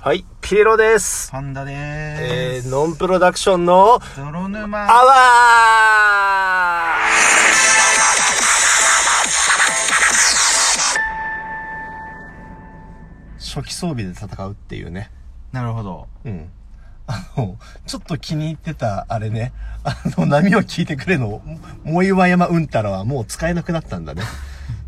はい、ピエロです。パンダでえーす。ー、ノンプロダクションの泥沼。アワー初期装備で戦うっていうね。なるほど。うん。あの、ちょっと気に入ってた、あれね。あの、波を聞いてくれの、もいわやまうんたらはもう使えなくなった んだね。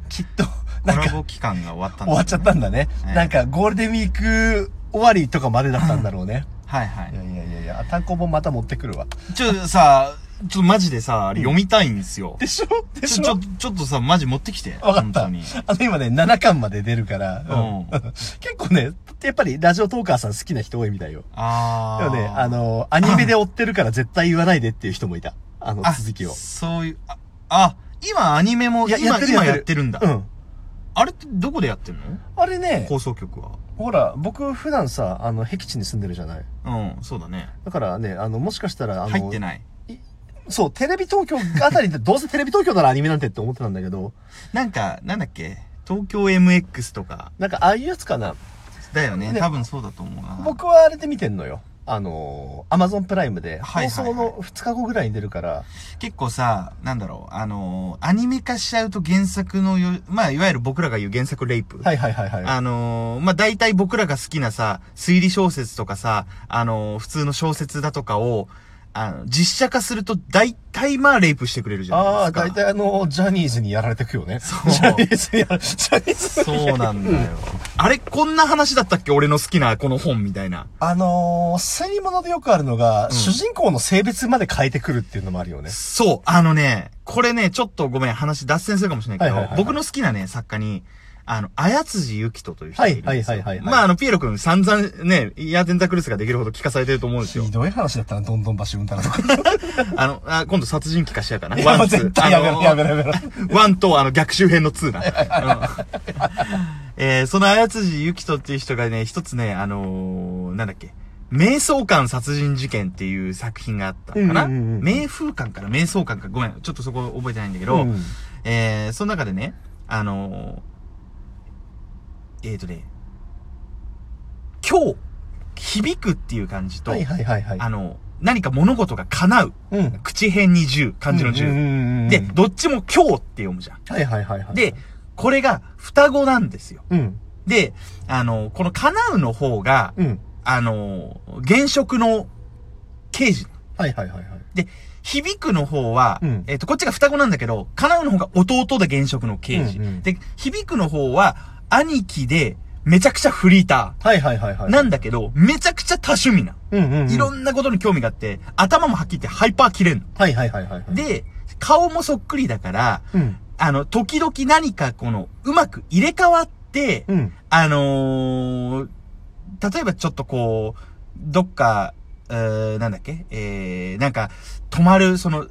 きっと、コなんラか、ボ期間が終わったんだ、終わっちゃったんだね。ええなんか、ゴールデンウィーク終わりとかまでだったんだろうね。はいはいやいやいやいや、単行本また持ってくるわ。い。ちょっとさ、ちょっとマジでさ、あれ読みたいんですよ。でしょでちしょ、ょちょ、ちょっとさ、マジ持ってきて。わかった。あ本当に。の、今ね、7巻まで出るから、うんうん 結構ね、やっぱりラジオトーカーさん好きな人多いみたいよ。あでー。もね、あ、の、アニメで追ってるから絶対言わないでっていう人もいた。あの、あ、続きを。そういう、あ、あ今アニメも、いや今、今やってるんだ。うん。あれってどこでやってるのあれね、放送局は。ほら、僕普段さ、あの、僻地に住んでるじゃない。うん、そうだね。だからね、あの、もしかしたら、あの、入ってない。そう、テレビ東京あたりで、どうせテレビ東京ならアニメなんてって思ってたんだけど、なんか、なんだっけ東京 MX とか。なんかああいうやつかな。だよね。ね多分そうだと思うな。僕はあれで見てんのよ。あのー、アマゾンプライムで、はいはいはい放送の2日後ぐらいに出るから、結構さ、なんだろう、あのーアニメ化しちゃうと原作のよ、まあ、いわゆる僕らが言う原作レイプ。はいはいはいはい。あのーまあ、大体僕らが好きなさ、推理小説とかさ、あのー普通の小説だとかを、あの、実写化すると大体まあ、レイプしてくれるじゃあないあ、ですか。大体あのー、ジャニーズにやられてくよね。そうジャニーズにやられ、ジャニーズのそうなんだよ。あれ、こんな話だったっけ俺の好きなこの本みたいな。あのー、推理物でよくあるのが、主人公の性別まで変えてくるっていうのもあるよね。そう、あのね、これね、ちょっとごめん、話脱線するかもしれないけど、はいはいはいはい僕の好きなね、作家に、あの、あやつじゆきとという人がいるんですよ。はいはいはいはいはいまあ、あの、ピエロ君散々ね、イヤーデンタクルスができるほど聞かされてると思うんですよひ。どい話だったな、どんどん橋うんたら とか。ああの、あ今度殺人鬼化しやかな。いワや、ンツ絶ー。対やめろ、あやのめろ、やめろ。ワンと、あの、逆襲編のツーな。うん えーそのあやつじゆきとっていう人がね、一つね、あのーなんだっけ。瞑想館殺人事件っていう作品があったのかな、うんうんうん冥風館から瞑想館か。ごめん、ちょっとそこ覚えてないんだけど、うんえー、その中でね、あのー、えーとね、今日、響くっていう感じと、はいはいはいはい。あの、何か物事が叶う。うん。口辺に十、漢字の十。うんうんうんうんで、どっちも今日って読むじゃん。はいはいはいはい。で、これが双子なんですよ。うん。で、あの、この叶うの方が、うん。あの、現職の刑事。はいはいはいはい。で、響くの方は、うんえっ、と、こっちが双子なんだけど、叶うの方が弟で現職の刑事。うんうんで、響くの方は、兄貴で、めちゃくちゃフリータはいはいはいはー。い。なんだけど、めちゃくちゃ多趣味な。うんうんうん。いろんなことに興味があって、頭もはっきり言ってハイパー切れんの。はいはいはいはいはい。、で、顔もそっくりだから、うん。あの、時々何かこの、うまく入れ替わって、うん。あのー例えばちょっとこう、どっか、えー、なんだっけえー、なんか、泊まる、その、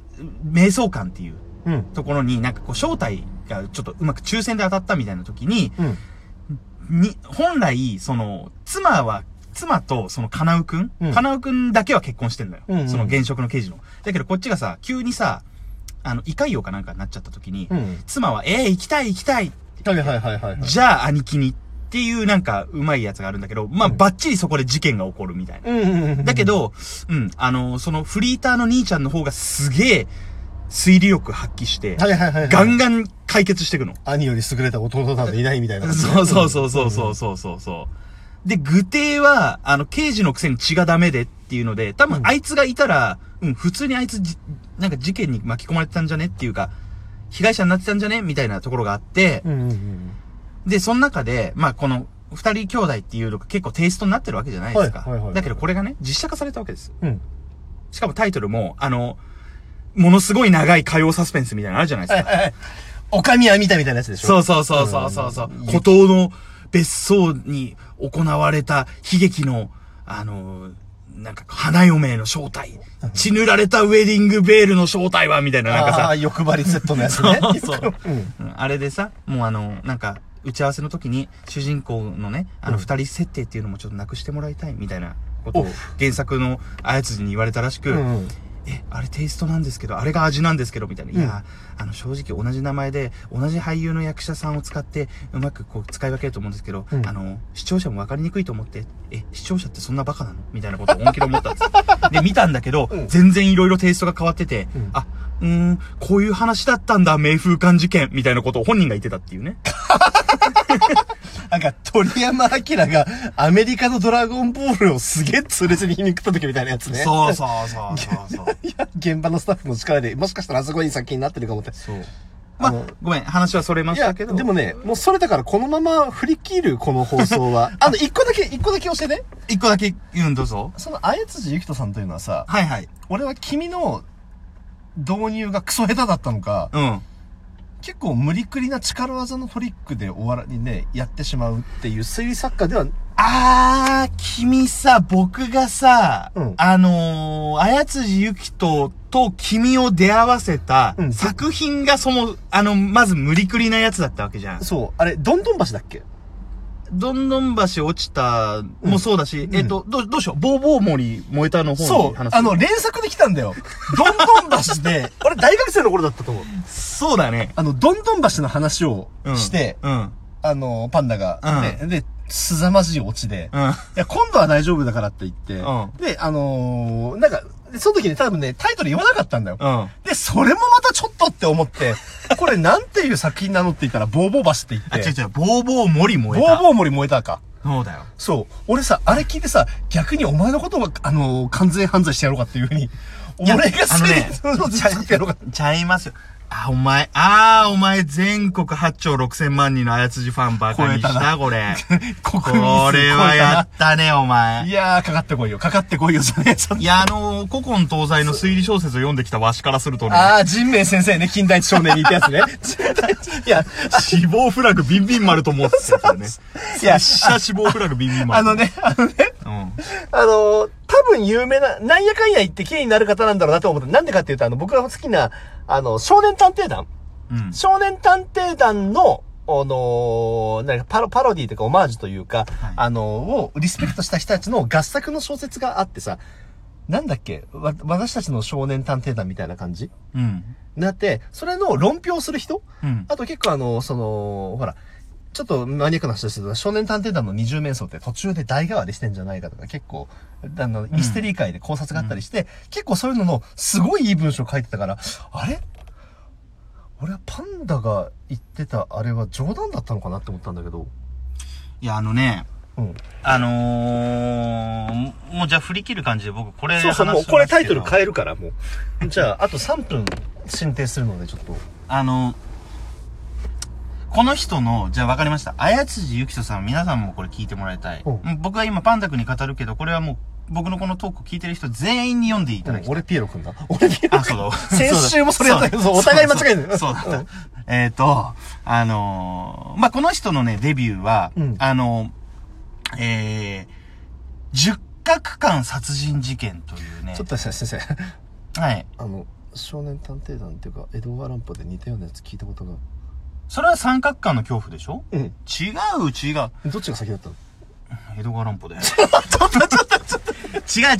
瞑想館っていううん。ところに、なんかこう、招待がちょっとうまく抽選で当たったみたいな時に、うん。に、本来、その、妻は、妻と、その、かなうくん、うんかなうくんだけは結婚してんだよ。うんうんその、現職の刑事の。だけど、こっちがさ、急にさ、あの、胃潰瘍かなんかになっちゃった時に、うん。妻は、ええ行きたい行きたいはいはいはいはい。じゃあ兄貴にっていうなんかうまいやつがあるんだけど、まあうんバッチリそこで事件が起こるみたいな。うんうんうん。だけ、ど、うん、あの、そのフリーターの兄ちゃんの方がすげえ推理力発揮して、はいはいはいはい。ガンガン解決していくの。兄より優れた弟なんていないみたいな。そうそうそうそうそうそうそうそう。で、具体は、あの、刑事のくせに血がダメでっていうので、多分うんあいつがいたら、うん、普通にあいつじ、なんか事件に巻き込まれてたんじゃねっていうか、被害者になってたんじゃねみたいなところがあって、うん。うんうんで、その中で、まあ、この、二人兄弟っていうのが結構テイストになってるわけじゃないですか。はいはいはいだけどこれがね、実写化されたわけです。うん。うん。しかもタイトルも、あの、ものすごい長い火曜サスペンスみたいなのあるじゃないですか。おかみやみたいみたいなやつでしょ。そううそうそうそうそうそううん。孤島の別荘に行われた悲劇の、あの、なんか、花嫁の正体。血塗られたウェディングベールの正体は、みたいな、なんかさああ、、欲張りセットのやつね。そうそううんあれでさ、もうあの、なんか、打ち合わせの時に、主人公のね、あの、うん二人設定っていうのもちょっとなくしてもらいたい、みたいなことをお、原作のあやつに言われたらし く、うん。うん。え、あれテイストなんですけど、あれが味なんですけど、みたいな。いや、あの、正直同じ名前で、同じ俳優の役者さんを使って、うまくこう、使い分けると思うんですけど、うんあの、視聴者も分かりにくいと思って、え、視聴者ってそんなバカなのみたいなことを本気で思ったんですよ。で、見たんだけど、うん全然いろいろテイストが変わってて、うんあ、うーん、こういう話だったんだ、名風館事件、みたいなことを本人が言ってたっていうね。なんか、鳥山明がアメリカのドラゴンボールをすげえ痛烈に皮肉った時みたいなやつね。そうそうそうそうそう。いや、現場のスタッフの力で、もしかしたらあそこいい作品になってるかもって。そう。まああの、ごめん、話はそれまいしや、たけでど。も、ね、もうそれだからこのまま振り切る、この放送 は。あの、一個だけ、一個だけ教えてね。一個だけ言うんどうぞ。その、あやつじゆきとさんというのはさ、はいはい。俺は君の導入がクソ下手だったのか、うん。結構無理くりな力技のトリックで終わらにね、やってしまうっていう推理作家では、あー、君さ、僕がさ、うんあのー、あやつじゆきと、と君を出会わせたうん作品がその、あの、まず無理くりなやつだったわけじゃん。そう、あれ、どんどん橋だっけどんどん橋落ちたもそうだし、んえっと、どう、どうしようボーボー森燃えたの方そにう、話すあの、連作で来たんだよ。どんどん橋 で、俺大学生の頃だったと思う。そうだね。あの、どんどん橋の話をうんして、うん。うん。あの、パンダが、うで、で、すざまじいオチで、いや、今度は大丈夫だからって言って、うんで、あのーなんか、でその時に多分ね、タイトル言わなかったんだよ。うん。で、それもまたちょっとって思って、 これなんていう作品なのって言ったら、ボーボー橋ってあ、言違っうて、違う、ボーボー森燃えボた。ーボー森燃えたか。そうだよ。そう。俺さ、あれ聞いてさ、逆にお前のことは、あのー完全犯罪してやろうかっていうふうに、いや俺があのねその作ってやろうか。 ちゃいますよ。あ、お前、あー、お前、全国8兆6千万人のあやつじファンバカにし超えたた、これ。 こ国れ民数超えたなはやったね、お前。いいやー、かかってこいよ。かかってこいよ、じゃねえちょっとや、あのー、古今東西の推理小説を読んできたわしからするとね、ああ、人明先生ね、近代一 少年にいたやつね。近代一いや、死亡フラグビンビン丸と思ってたからね。 いや拙者死亡フラグビンビン丸。あの。ね、あのね、うん。あのー多分有名な、なんやかんや言って綺麗になる方なんだろうなと思って、なんでかっていうと、あの、僕が好きな、あの、少年探偵団うん。少年探偵団の、あのーなんかパロ、パロディーというかオマージュというか、はいあのーをリスペクトした人たちの合作の小説があってさ、なんだっけわ、私たちの少年探偵団みたいな感じうん。なって、それの論評する人うん。あと結構あの、その、ほら、ちょっとマニアックな話ですけど、少年探偵団の二重面相って途中で代替わりしてんじゃないかとか、結構、あの、ミステリー界で考察があったりして、結構そういうのの、すごいいい文章書いてたから、あれ俺はパンダが言ってたあれは冗談だったのかなって思ったんだけど。いや、あのね、うん。あのー、もうじゃあ振り切る感じで僕これそうそう、話もうしますけどこれタイトル変えるから、もう。 じゃあ、あと3分進呈するので、ちょっと。あの、この人の、じゃあ分かりました。あやつじゆきとさん、皆さんもこれ聞いてもらいたい。ううん僕は今パンダ君に語るけど、これはもう、僕のこのトークを聞いてる人全員に読んでいただきたい。俺ピエロくんだ。俺ピエロ あ、そうだ。先週もそれやったけどそうだお互い間違えてるそうだそうだった。えっと、あのー、まあ、この人のね、デビューはうん、あのー、えー、十角館殺人事件というねちょっ、と先生、はい。あの、少年探偵団っていうか、江戸川乱歩で似たようなやつ聞いたことが。それは三角館の恐怖でしょうん。違う、違う。どっちが先だ ったの江戸川乱歩で。ちょっとちょっとちょっと。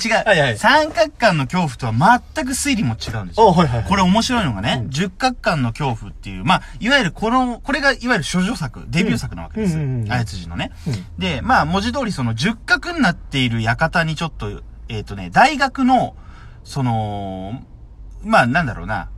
違う違う。はいはい三角関の恐怖とは全く推理も違うんですよ。はいはいこれ面白いのがね、うん十角関の恐怖っていう、まあ、いわゆるこの、これがいわゆる諸女作、デビュー作なわけです。うんうんうんうんあやつじのね。うんで、まあ、文字通りその十角になっている館にちょっと、えっ、とね、大学の、その、まあ、なんだろうな、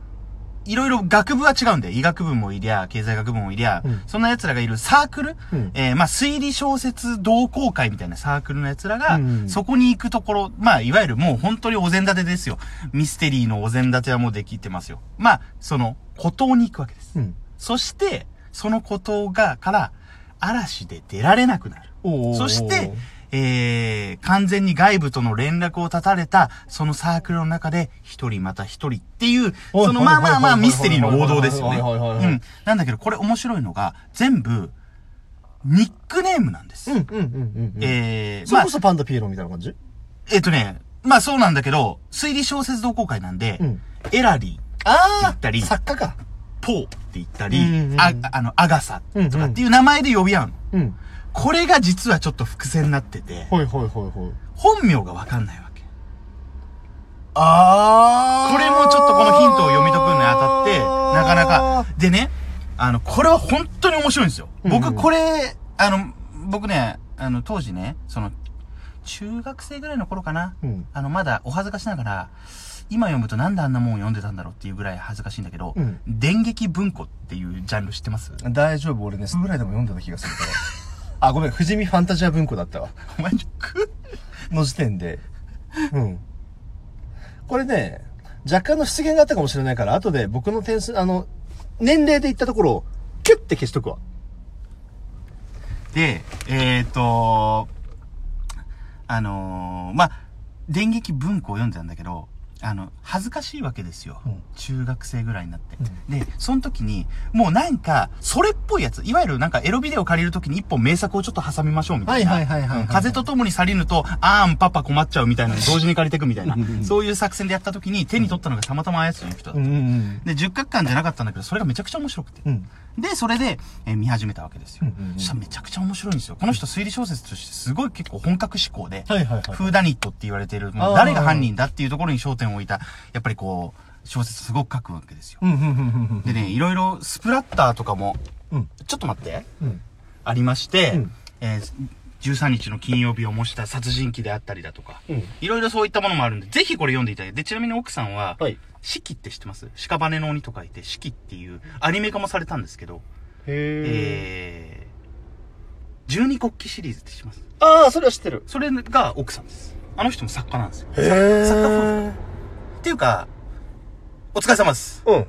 いろいろ学部は違うんだよ。医学部もいりゃ、経済学部もいりゃ、うんそんな奴らがいるサークル、うんえーまあ、推理小説同好会みたいなサークルの奴らが、うんそこに行くところ、まあ、いわゆるもう本当にお膳立てですよ。ミステリーのお膳立てはもうできてますよ。まあ、その、孤島に行くわけです。うん。そして、その孤島が、から、嵐で出られなくなる。おーそして、えー、完全に外部との連絡を絶たれた、そのサークルの中で、一人また一人っていう、おいその、まあまあまあ、ミステリーの王道ですよね。はいはいはいはういん。なんだけど、これ面白いのが、全部、ニックネームなんです。うんうんうんうん。えー、それまあこ、そパンダピエロみたいな感じえっ、とね、まあそうなんだけど、推理小説同好会なんで、うんエラリー、あったり作家か。ポーって言ったり、うんうんうんああの、アガサとかっていう名前で呼び合うの。うん。これが実はちょっと伏線になってて、ほいほいほいほい。本名がわかんないわけ。あこれもちょっとこのヒントを読み解くのにあたって、なかなか。でね、あの、これは本当に面白いんですよ。うん僕、これ、あの、僕ね、あの、当時ね、その、中学生ぐらいの頃かな。うんあの、まだお恥ずかしながら、今読むとなんであんなもん読んでたんだろうっていうぐらい恥ずかしいんだけど、うん電撃文庫っていうジャンル知ってます 大丈夫、俺ね、それぐらいでも読んでた気がする から。あ、ごめん、富士見ファンタジア文庫だったわ。お前、くの時点で。うん。これね、若干の失言があったかもしれないから、後で僕の点数、あの、年齢で言ったところを、キュッて消しとくわ。で、えっ、ー、と、あのーまあ、電撃文庫を読んでたんだけど、あの、恥ずかしいわけですよ。うん中学生ぐらいになって。うで、その時に、もうなんか、それっぽいやつ、いわゆるなんかエロビデオ借りる時に一本名作をちょっと挟みましょうみたいな。はいはいはいはいはいうん風と共に去りぬと、あーんパパ困っちゃうみたいなの同時に借りてくみたいなうんうんう。んそういう作戦でやった時に手に取ったのがたまたまあやつの人だった。んで、10画巻じゃなかったんだけど、それがめちゃくちゃ面白くて。うん。うん。で、それで、えー見始めたわけですよ。うんうんうんそしたらめちゃくちゃ面白いんですよ。この人推理小説としてすごい結構本格志向で、はいはいはい。フーダニットって言われてる、もあうー誰が犯人だっていうところに焦点を置いた、やっぱりこう、小説すごく書くわけですよ。うん、うん、うん、でね、いろいろスプラッターとかも、うん。ちょっと待って、うん。ありまして、うんえー13日の金曜日を模した殺人鬼であったりだとか、うんいろいろそういったものもあるんで、ぜひこれ読んでいただいて、でちなみに奥さんは、はい。四季って知ってます屍の鬼と書いて四季っていうアニメ化もされたんですけど、へえ。えー、十二国旗シリーズってします。ああ、それは知ってる。それが奥さんです。あの人も作家なんですよ。へえ。っていうか、お疲れ様です。うん。